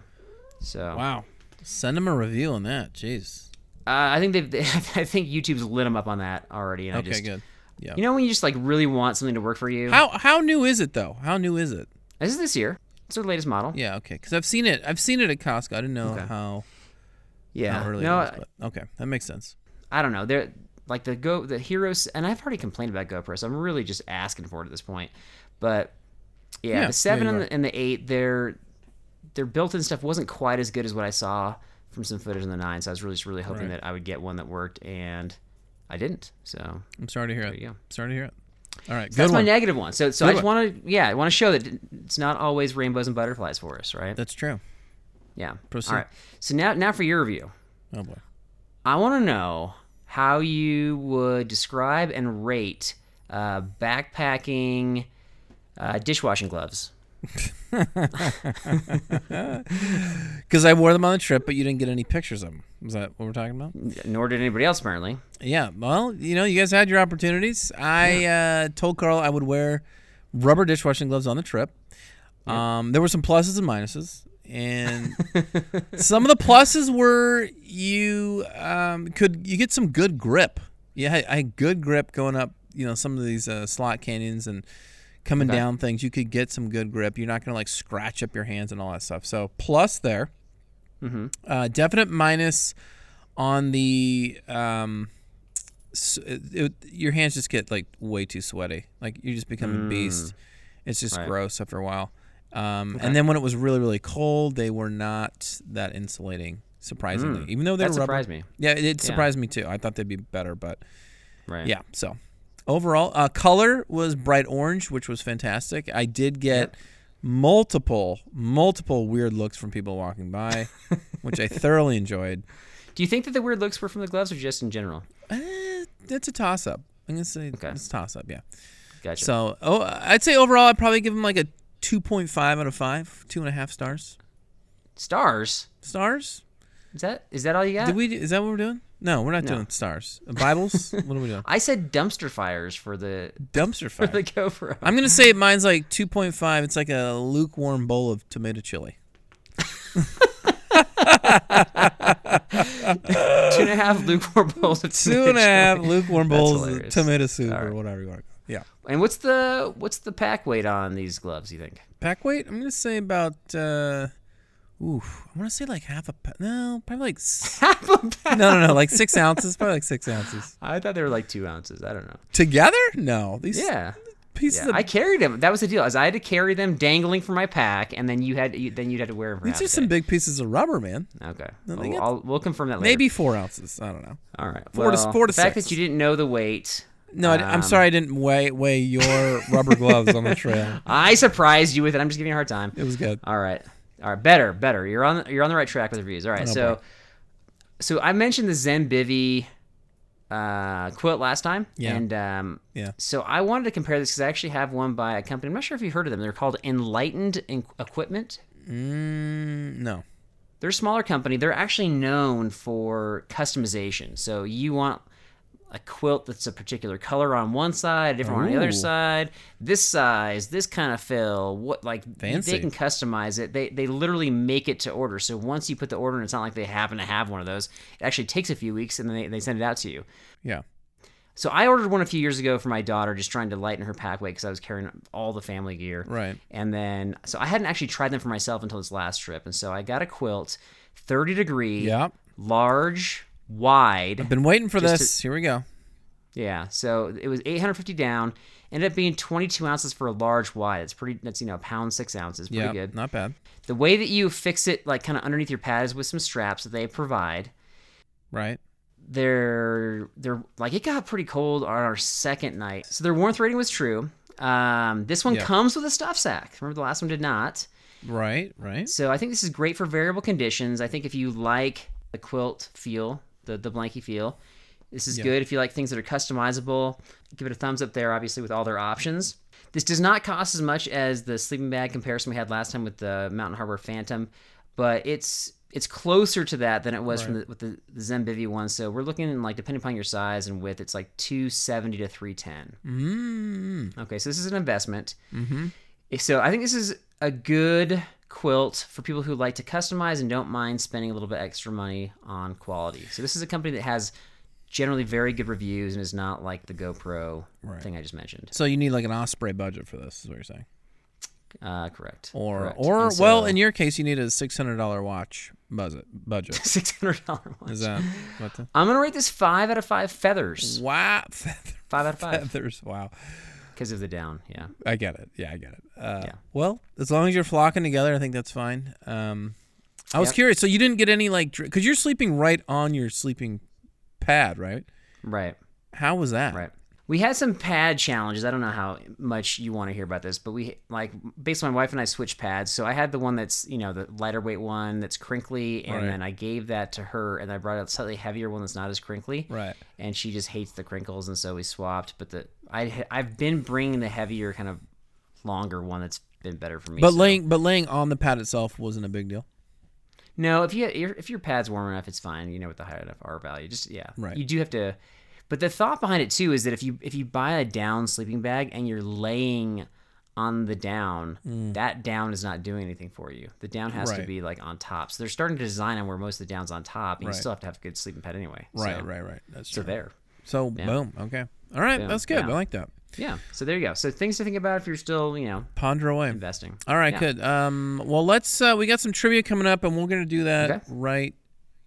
So uh,
Wow. Send him a review on that. Jeez.
I think they've. I think YouTube's lit them up on that already. And I
Okay,
just,
good. Yeah.
You know when you just like really want something to work for you?
how how new is it though? How new is it?
This is this year. It's their latest model.
Yeah, okay. Because I've seen it. I've seen it at Costco. I didn't know how,
Yeah.
how early
no,
it was, but okay, that makes sense.
I don't know. They're like the go the heroes, and I've already complained about GoPro, so I'm really just asking for it at this point. But yeah,
Yeah,
the seven
yeah, you
and, the, and the eight, their their built-in stuff wasn't quite as good as what I saw from some footage in the nine. So I was really just really hoping
Right.
that I would get one that worked, and I didn't. So
I'm sorry to hear it.
you go.
Sorry to hear it. All right,
So
good
that's
one.
my negative one. So, so I
Good
just want to, yeah, I want to show that it's not always rainbows and butterflies for us, right?
That's true.
yeah.
proceed.
All right. So now, now for your review,
Oh boy.
I want to know how you would describe and rate uh, backpacking uh, dishwashing gloves.
Because I wore them on the trip, but you didn't get any pictures of them. Is that what we're talking about?
Nor did anybody else apparently.
Yeah. Well, you know, you guys had your opportunities. I uh, told Carl I would wear rubber dishwashing gloves on the trip. Um, there were some pluses and minuses, and some of the pluses were you um, could you get some good grip. Yeah, I, I had good grip going up. You know, some of these uh, slot canyons and coming down things. You could get some good grip. You're not gonna like scratch up your hands and all that stuff. So plus there. Uh, definite minus on the um, s- it, it, your hands just get like way too sweaty. Like you just become a beast. It's just
Right.
gross after a while. Um, And then when it was really really cold, they were not that insulating. Surprisingly, even though they
That
were rubber.
surprised me.
Yeah, it, it surprised me too. I thought they'd be better, but
Right.
yeah. So overall, uh, color was bright orange, which was fantastic. I did get multiple, multiple weird looks from people walking by, which I thoroughly enjoyed.
Do you think that the weird looks were from the gloves or just in general?
Eh, it's a toss up. I'm gonna say
Okay.
it's a toss up. Yeah.
Gotcha.
So oh, I'd say overall, I'd probably give them like a 2.5 out of five, two and a half stars.
Stars?
Stars?
Is that is that all you got?
Did we? Is that what we're doing? No, we're not
Uh, No.
doing stars. Uh, Bibles? what are we doing?
I said dumpster fires for the
Dumpster
for
fire.
the GoPro.
I'm gonna say mine's like 2.5. It's like a lukewarm bowl of tomato chili.
two and a half lukewarm bowls of
Two and a half lukewarm bowls of
hilarious.
tomato soup
All
or
right.
whatever you want. to call it. Yeah.
And what's the what's the pack weight on these gloves? You think?
Pack weight. I'm gonna say about. uh Oof, I want to say like half a pa- no, probably like half a pound. No, no, no, like six ounces, probably like six ounces
I thought they were like two ounces. I don't know.
together. No, these
Yeah,
pieces.
yeah.
of,
I carried them. That was the deal. Is I had to carry them dangling from my pack, and then you had you, then you'd have to wear them. For
these
half
are
a
some
day.
big pieces of rubber, man.
Okay,
they
I'll-
get-
I'll- we'll confirm that later.
Maybe four ounces. I don't know.
all right.
four to-
well,
four to
the fact
six.
that you didn't know the weight.
No, I d- I'm
Um,
sorry I didn't weigh weigh your rubber gloves on the trail.
I surprised you with it. I'm just giving you a hard time.
It was good.
All right. All right. Better, better. You're on you're on the right track with the reviews. All right.
Oh,
so
boy.
so I mentioned the Zen Bivy uh, quote last time.
Yeah.
And um,
Yeah.
so I wanted to compare this because I actually have one by a company. I'm not sure if you heard of them. They're called Enlightened En- Equipment.
Mm, no.
They're a smaller company. They're actually known for customization. So you want a quilt that's a particular color on one side, a different one on the
Ooh.
other side, this size, this kind of fill, what like
Fancy.
they can customize it. They they literally make it to order. So once you put the order in, it's not like they happen to have one of those. It actually takes a few weeks and then they, they send it out to you.
Yeah.
So I ordered one a few years ago for my daughter, just trying to lighten her pack weight because I was carrying all the family gear.
Right.
And then, so I hadn't actually tried them for myself until this last trip. And so I got a quilt, 30 degree,
Yeah.
large, wide.
Been waiting for
Just
this. Here we go.
Yeah. So it was 850 down. Ended up being 22 ounces for a large wide. It's pretty, that's, you know, a pound, six ounces. Pretty
Yeah.
good.
Not bad.
The way that you fix it, like kind of underneath your pad, is with some straps that they provide.
Right.
they're they're like it got pretty cold on our second night. So their warmth rating was true. Um, this one
Yeah.
comes with a stuff sack. Remember the last one did not.
Right. Right.
So I think this is great for variable conditions. I think if you like the quilt feel, the the blankie feel, this is
Yeah.
good. If you like things that are customizable, give it a thumbs up there. Obviously with all their options. This does not cost as much as the sleeping bag comparison we had last time with the Mountain Harbor Phantom, but it's it's closer to that than it was from the, with the, the Zen Bivy one. So we're looking like depending upon your size and width, it's like two seventy to three ten.
Mm.
Okay, so this is an investment.
Mm-hmm.
So I think this is a good quilt for people who like to customize and don't mind spending a little bit extra money on quality. So this is a company that has generally very good reviews and is not like the GoPro
Right.
thing I just mentioned.
So you need like an Osprey budget for this, is what you're saying,
Uh, correct.
or
correct.
or
And so-
well, in your case, you need a six hundred dollar watch budget. Budget
six hundred dollar one.
is that what the
I'm gonna rate this five out of five feathers.
wow feather,
Five out of five
feathers? Wow,
because of the down. Yeah.
I get it. Yeah, I get it. Uh,
Yeah.
Well, as long as you're flocking together, I think that's fine. Um, I was
Yep.
curious. So you didn't get any like because you're sleeping right on your sleeping pad, right?
Right.
How was that?
Right. We had some pad challenges. I don't know how much you want to hear about this, but we like basically my wife and I switched pads. So I had the one that's you know the lighter weight one that's crinkly, and
Right.
then I gave that to her, and I brought out a slightly heavier one that's not as crinkly.
Right.
And she just hates the crinkles, and so we swapped. But the I I've been bringing the heavier kind of longer one that's been better for me.
But
so-
laying but laying on the pad itself wasn't a big deal.
No, if you if your pad's warm enough, it's fine. You know, with the high enough R value, just yeah,
Right.
You do have to, but the thought behind it too is that if you if you buy a down sleeping bag and you're laying on the down, that down is not doing anything for you. The down has to
Mm. Right.
be like on top. So they're starting to design them where most of the down's on top, and
Right.
you still have to have a good sleeping pad anyway.
Right,
so,
right, right. That's
So
true.
there,
So
Yeah.
boom. Okay. All right.
Boom,
That's good.
yeah.
I like that.
yeah. So there you go. So things to think about if you're still you know
Ponder away.
investing.
All right.
Yeah.
Good. Um. Well, let's. Uh, we got some trivia coming up, and we're gonna do that
Okay.
right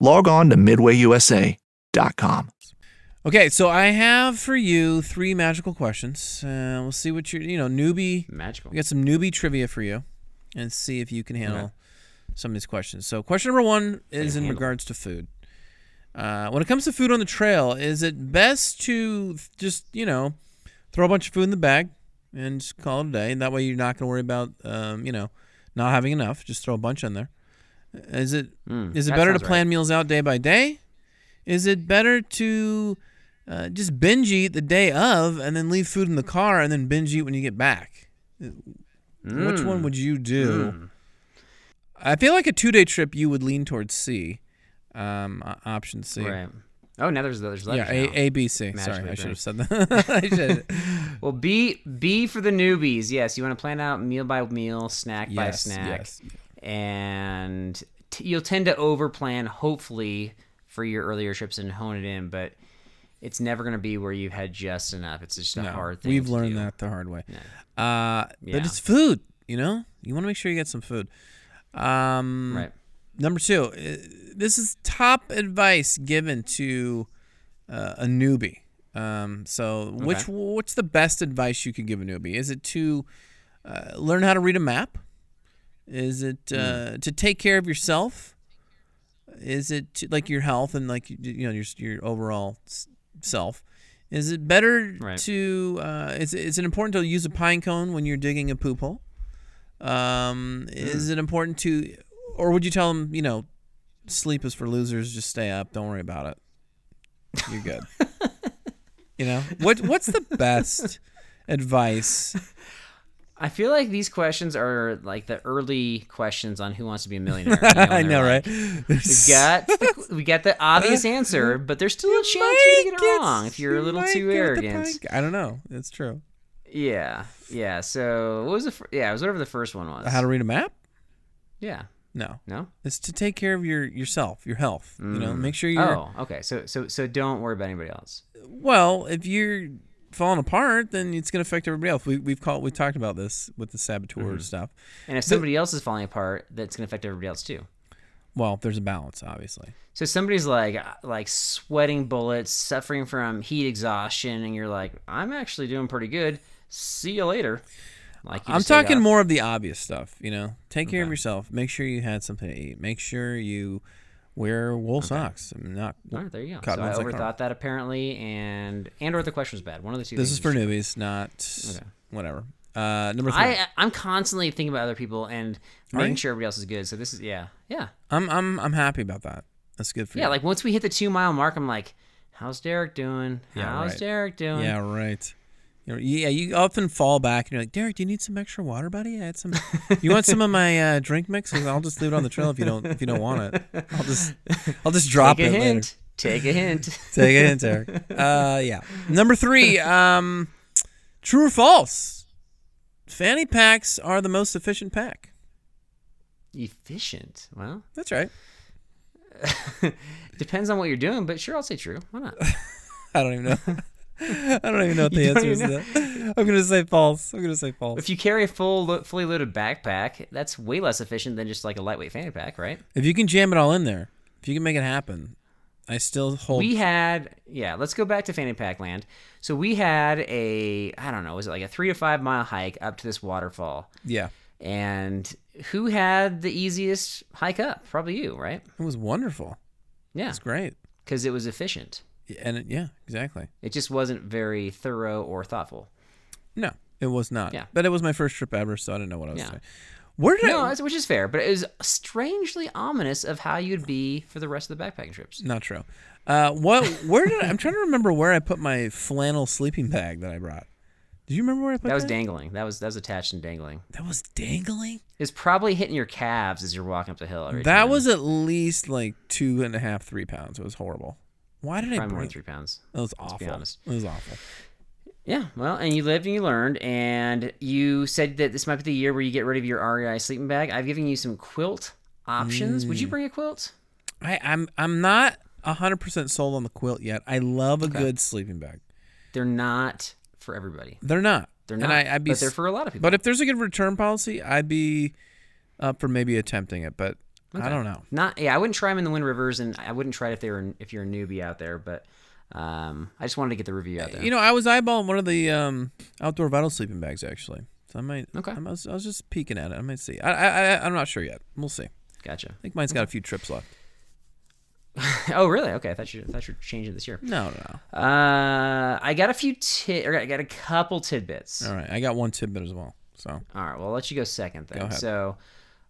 log on to MidwayUSA.com.
Okay. So I have for you three magical questions. Uh, we'll see what you're. You know, newbie.
Magical.
We got some newbie trivia for you, and see if you can handle some of these questions. So, question number one is in
handle.
regards to food. Uh, when it comes to food on the trail, is it best to th- just you know throw a bunch of food in the bag and just call it a day? And that way, you're not going to worry about um, you know not having enough. Just throw a bunch in there. Is it is
Mm,
it
that
better to
sounds right.
plan meals out day by day? Is it better to uh, just binge eat the day of and then leave food in the car and then binge eat when you get back? Which one would you do? I feel like a two day trip you would lean towards C, um, o- option C.
Right. Oh, now there's there's
Yeah,
letters now.
A, A, B, C. Sorry,
Magically
I should have said that. I should.
Well, B B for the newbies. Yes, you want to plan out meal by meal, snack by
Yes,
snack,
yes.
and t- you'll tend to overplan. Hopefully, for your earlier trips and hone it in, but it's never going to be where you've had just enough. It's just a
No,
hard thing.
we've
to
learned
do.
that the hard way. Uh,
Yeah.
But it's food, you know? You want to make sure you get some food. Um,
Right.
Number two, uh, this is top advice given to uh, a newbie. Um, so, which
Okay.
what's the best advice you could give a newbie? Is it to uh, learn how to read a map? Is it uh,
Hmm.
to take care of yourself? Is it to, like your health and like you- you know your your overall s- self? Is it better
Right.
to? Uh, is is it important to use a pine cone when you're digging a poop hole? Um,
Hmm.
Is it important to, or would you tell them you know, sleep is for losers. Just stay up. Don't worry about it. You're good. you know what? What's the best advice?
I feel like these questions are like the early questions on Who Wants to Be a Millionaire. You when
I
they're
know,
like,
right? Uh,
We got the, we got the obvious answer, but there's still a chance you to get it wrong if you're a little
might
too
get the
arrogant.
pine- I don't know. It's true.
Yeah, yeah. So what was the? Fir- yeah, it was whatever the first one was.
How to read a map?
yeah.
No,
No.
it's to take care of your yourself, your health. You know, make sure you're
Oh, okay. So so so don't worry about anybody else.
well. If you're falling apart, then it's going to affect everybody else. We, we've called, we've talked about this with the saboteur
Mm-hmm.
stuff.
And if somebody else is falling apart, that's gonna affect everybody else too.
Well, there's a balance, obviously.
So somebody's like uh, like sweating bullets, suffering from heat exhaustion, and you're like, I'm actually doing pretty good. see you later. Like you
I'm
just ate
talking
out.
more of the obvious stuff, you know. Take care of
Okay.
yourself. Make sure you had something to eat. Make sure you wear wool socks. I'm not.
All right, there you go.
Cotton
so I
ones like
overthought
carp.
that apparently, and and or the question was bad. One of the two.
This
things
is for
was-
newbies, not
Okay.
whatever. Uh, number three.
I I'm constantly thinking about other people and making
you?
sure everybody else is good. So this is yeah yeah
I'm I'm I'm happy about that. That's good for
yeah.
you.
Like once we hit the two mile mark, I'm like, how's Derek doing?
Yeah,
how's
right.
Derek doing?
yeah, right. You know, yeah, you often fall back and you're like, Derek, do you need some extra water, buddy? I had some. You want some of my uh, drink mix? 'Cause I'll just leave it on the trail if you don't if you don't want it. I'll just I'll just drop
Take a
it later.
hint. Take a hint.
Take a hint, Eric. Uh, yeah. Number three. Um, true or false? Fanny packs are the most efficient pack.
Efficient. Well,
That's right.
depends on what you're doing, but sure, I'll say true. Why not?
I don't even know. I don't even know what the
You don't
answer is. To
even
that. I'm gonna say false. I'm gonna say false.
If you carry a full, lo- fully loaded backpack, that's way less efficient than just like a lightweight fanny pack, right?
If you can jam it all in there, if you can make it happen, I still hold.
We had, yeah, let's go back to fanny pack land. So we had a, I don't know, was it like a three to five mile hike up to this waterfall?
yeah,
And who had the easiest hike up? Probably you, right?
it was wonderful.
Yeah,
It's great.
because it was efficient.
Yeah, And it, yeah, exactly.
It just wasn't very thorough or thoughtful.
No, it was not.
Yeah.
But it was my first trip ever, so I didn't know what I was
Yeah.
doing. Where did
No,
I?
that's- which is fair, but it was strangely ominous of how you'd be for the rest of the backpacking trips.
Not true. Uh, what? Where did I, I'm trying to remember where I put my flannel sleeping bag that I brought. Do you remember where I put that?
That was dangling. That was that was attached and dangling.
That was dangling.
It's probably hitting your calves as you're walking up the hill. Every
That
time.
was at least like two and a half, three pounds. It was horrible. Why did I
probably more
bring?
than three pounds.
That was awful.
honest.
It was awful.
Yeah, well, and you lived and you learned, and you said that this might be the year where you get rid of your REI sleeping bag. I've given you some quilt options. Would you
Mm.
bring a quilt?
I, I'm I'm not hundred percent sold on the quilt yet. I love a good sleeping bag.
They're not for everybody.
They're not.
They're not.
And I, I'd be
but they're
s-
for a lot of people.
But if there's a good return policy, I'd be up for maybe attempting it. But I don't know.
Not yeah, I wouldn't try them in the wind rivers, and I wouldn't try it if they were if you're a newbie out there. But um, I just wanted to get the review out there.
You know, I was eyeballing one of the um, outdoor vital sleeping bags actually. So I might.
Okay.
I was, I was just peeking at it. I might see. I, I, I I'm not sure yet. We'll see. I
gotcha.
think mine's got a few trips left.
Oh really? Okay, I thought you I thought you were changing this year.
No, no, no.
Uh, I got a few tit. or I got a couple tidbits.
All right, I got one tidbit as well. So
All right, well, I'll let you go second then.
ahead.
So,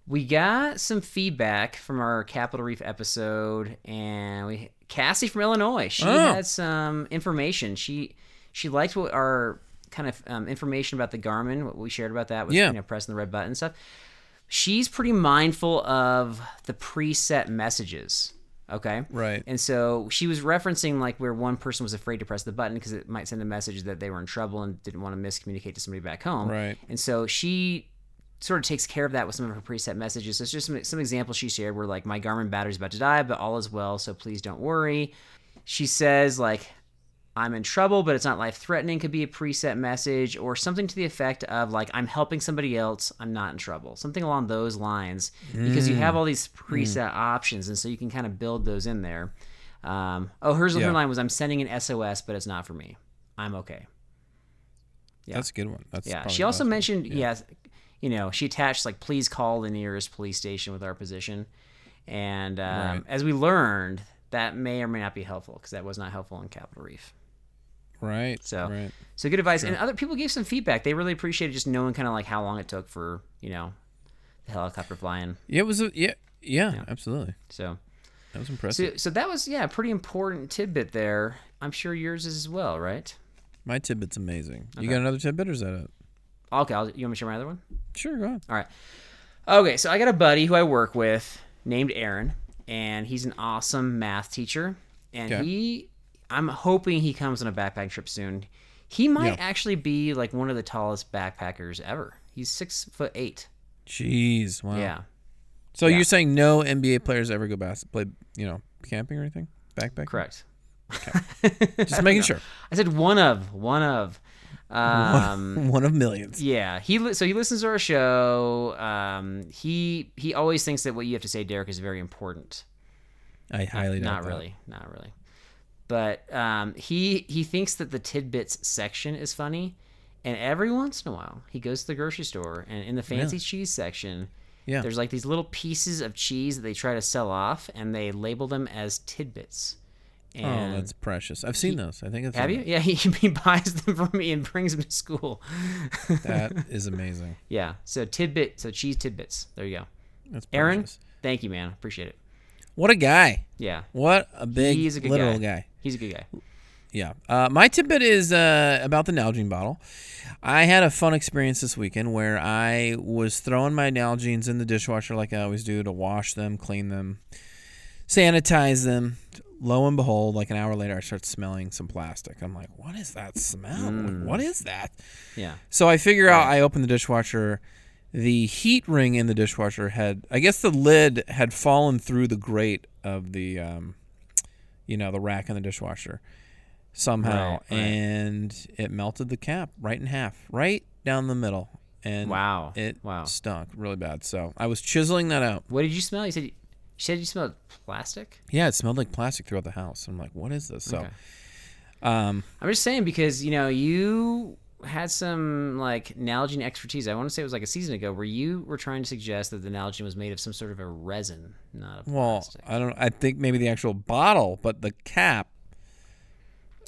we got some feedback from our Capitol Reef episode, and we Cassie from Illinois. She
Oh.
had some information. She she liked what our kind of um, information about the Garmin, what we shared about that with
Yeah.
you know pressing the red button and stuff. She's pretty mindful of the preset messages. Okay.
Right.
And so she was referencing like where one person was afraid to press the button because it might send a message that they were in trouble and didn't want to miscommunicate to somebody back home.
Right.
And so she sort of takes care of that with some of her preset messages. So it's just some, some examples she shared where like my Garmin battery's about to die, but all is well, so please don't worry. She says like I'm in trouble, but it's not life threatening could be a preset message or something to the effect of like I'm helping somebody else, I'm not in trouble. Something along those lines because
Mm.
you have all these preset options and so you can kind of build those in there. Um, oh, hers
Yeah.
her line was I'm sending an SOS, but it's not for me. I'm okay.
that's a good one. That's
Yeah.
probably
She
the
also
best one.
mentioned, yes, you know, she attached like, please call the nearest police station with our position. And um,
Right.
as we learned, that may or may not be helpful because that was not helpful on Capitol Reef.
right.
So,
right.
so good advice. And other people gave some feedback. They really appreciated just knowing kind of like how long it took for, you know, the helicopter flying.
Yeah, it was a yeah, yeah, absolutely.
So,
That was impressive.
so, so that was, yeah, a pretty important tidbit there. I'm sure yours is as well, right?
My tidbit's amazing. You got another tidbit or is that it?
Okay. I'll, you want me to share my other one?
Sure, go on.
All right. Okay, so I got a buddy who I work with named Aaron, and he's an awesome math teacher. And
Okay.
he, I'm hoping he comes on a backpack trip soon. He might actually be like one of the tallest backpackers ever. He's six foot eight.
Jeez, wow.
Yeah.
So you're saying no NBA players ever go bas- play, you know, camping or anything? Backpack?
Correct.
Just making sure.
I said one of, one of. Um,
One of millions.
Yeah, he li- so he listens to our show. Um, he he always thinks that what you have to say, Derek, is very important.
I highly doubt
not
that.
really not really but um, he he thinks that the tidbits section is funny And every once in a while, he goes to the grocery store and in the fancy cheese section,
Yeah.
there's like these little pieces of cheese that they try to sell off and they label them as tidbits.
oh,
And
that's precious. I've seen those. I think it's
have you? Yeah, he, he buys them for me and brings them to school.
That is amazing.
yeah. So tidbit, so cheese tidbits. There you go.
That's
Aaron,
precious.
thank you, man. Appreciate it.
What a guy.
Yeah.
What a big
He's a good
literal
guy.
guy.
He's a good guy.
Yeah. Uh, my tidbit is uh, about the Nalgene bottle. I had a fun experience this weekend where I was throwing my Nalgenes in the dishwasher like I always do to wash them, clean them, sanitize them. Lo and behold, like an hour later, I start smelling some plastic. I'm like, what is that smell? Like,
Mm.
What is that?
Yeah.
So I figure out I opened the dishwasher. The heat ring in the dishwasher had, I guess, the lid had fallen through the grate of the, um, you know, the rack in the dishwasher somehow,
Right, right.
and it melted the cap right in half, right down the middle, and
Wow.
it
Wow.
stunk really bad. So I was chiseling that out.
What did you smell? You said you said you smelled plastic.
Yeah, it smelled like plastic throughout the house. I'm like, what is this? So,
Okay.
um,
I'm just saying because you know you had some like Nalgene expertise. I want to say it was like a season ago where you were trying to suggest that the Nalgene was made of some sort of a resin, not a
well,
plastic.
I don't. I think maybe the actual bottle, but the cap,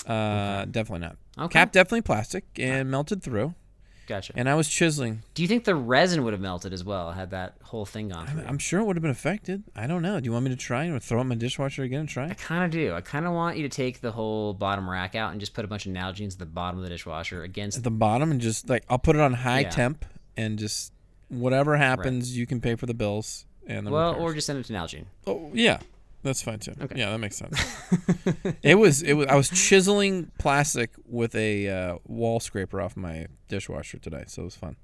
uh, definitely not.
Okay.
Cap definitely plastic and melted through.
gotcha.
And I was chiseling.
Do you think the resin would have melted as well had that whole thing gone through?
I'm sure it would have been affected. I don't know. Do you want me to try and throw it in my dishwasher again and try?
I
it?
kind of do. I kind of want you to take the whole bottom rack out and just put a bunch of Nalgene's at the bottom of the dishwasher against.
At the bottom and just like I'll put it on high
Yeah.
temp and just whatever happens, you can pay for the bills and the
well,
repairs.
or just send it to Nalgene.
Oh yeah, that's fine too. Yeah, that makes sense. it was it was I was chiseling plastic with a uh, wall scraper off my dishwasher today, so it was fun.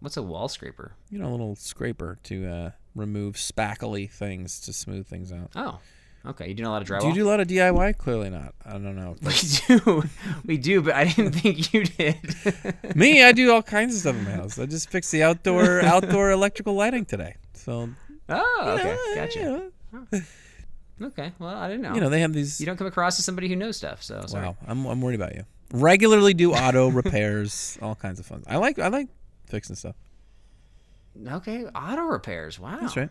What's a wall scraper?
You know, a little scraper to uh, remove spackly things to smooth things out.
Oh, okay. You doing a lot of drywall?
Do you do a lot of DIY? Clearly not. I don't know.
We do, we do, but I didn't think you did.
Me, I do all kinds of stuff in my house. I just fixed the outdoor outdoor electrical lighting today. So uh,
oh, okay,
yeah, you
gotcha.
know,
Okay, well, I didn't know.
you know, they have these.
you don't come across as somebody who knows stuff, so sorry.
wow, I'm, I'm worried about you. Regularly do auto repairs, all kinds of fun. I like I like fixing stuff.
Okay, auto repairs. Wow,
That's right.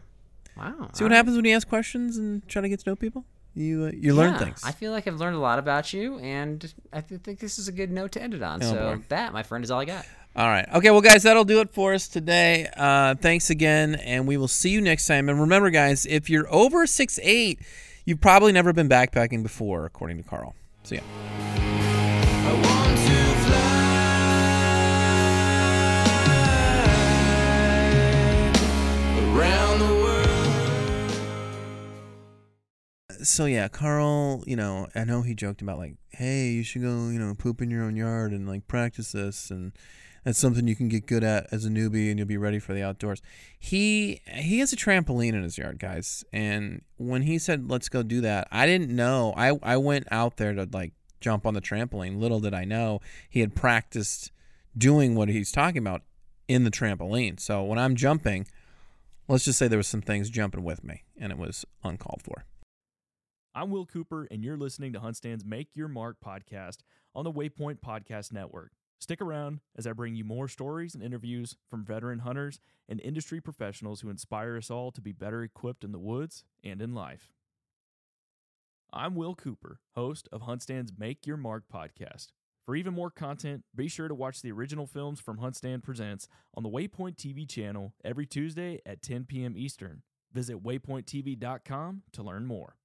Wow.
See what happens when you ask questions and try to get to know people. You uh, you learn
Yeah,
things.
I feel like I've learned a lot about you, and I th- think this is a good note to end it on. so
Oh, boy.
that, my friend, is all I got.
All right. Okay. Well, guys, that'll do it for us today. Uh, thanks again, and we will see you next time. And remember, guys, if you're over six eight, you've probably never been backpacking before, according to Carl. So yeah. So yeah, Carl, you know, I know he joked about like, hey, you should go, you know, poop in your own yard and like practice this and that's something you can get good at as a newbie and you'll be ready for the outdoors. He he has a trampoline in his yard, guys. And when he said, "Let's go do that." I didn't know. I I went out there to like jump on the trampoline. Little did I know he had practiced doing what he's talking about in the trampoline. So when I'm jumping, let's just say there was some things jumping with me and it was uncalled for.
I'm Will Cooper, and you're listening to Huntstand's Make Your Mark podcast on the Waypoint Podcast Network. Stick around as I bring you more stories and interviews from veteran hunters and industry professionals who inspire us all to be better equipped in the woods and in life. I'm Will Cooper, host of Huntstand's Make Your Mark podcast. For even more content, be sure to watch the original films from Huntstand Presents on the Waypoint TV channel every Tuesday at 10 p.m. Eastern. Visit waypointtv.com to learn more.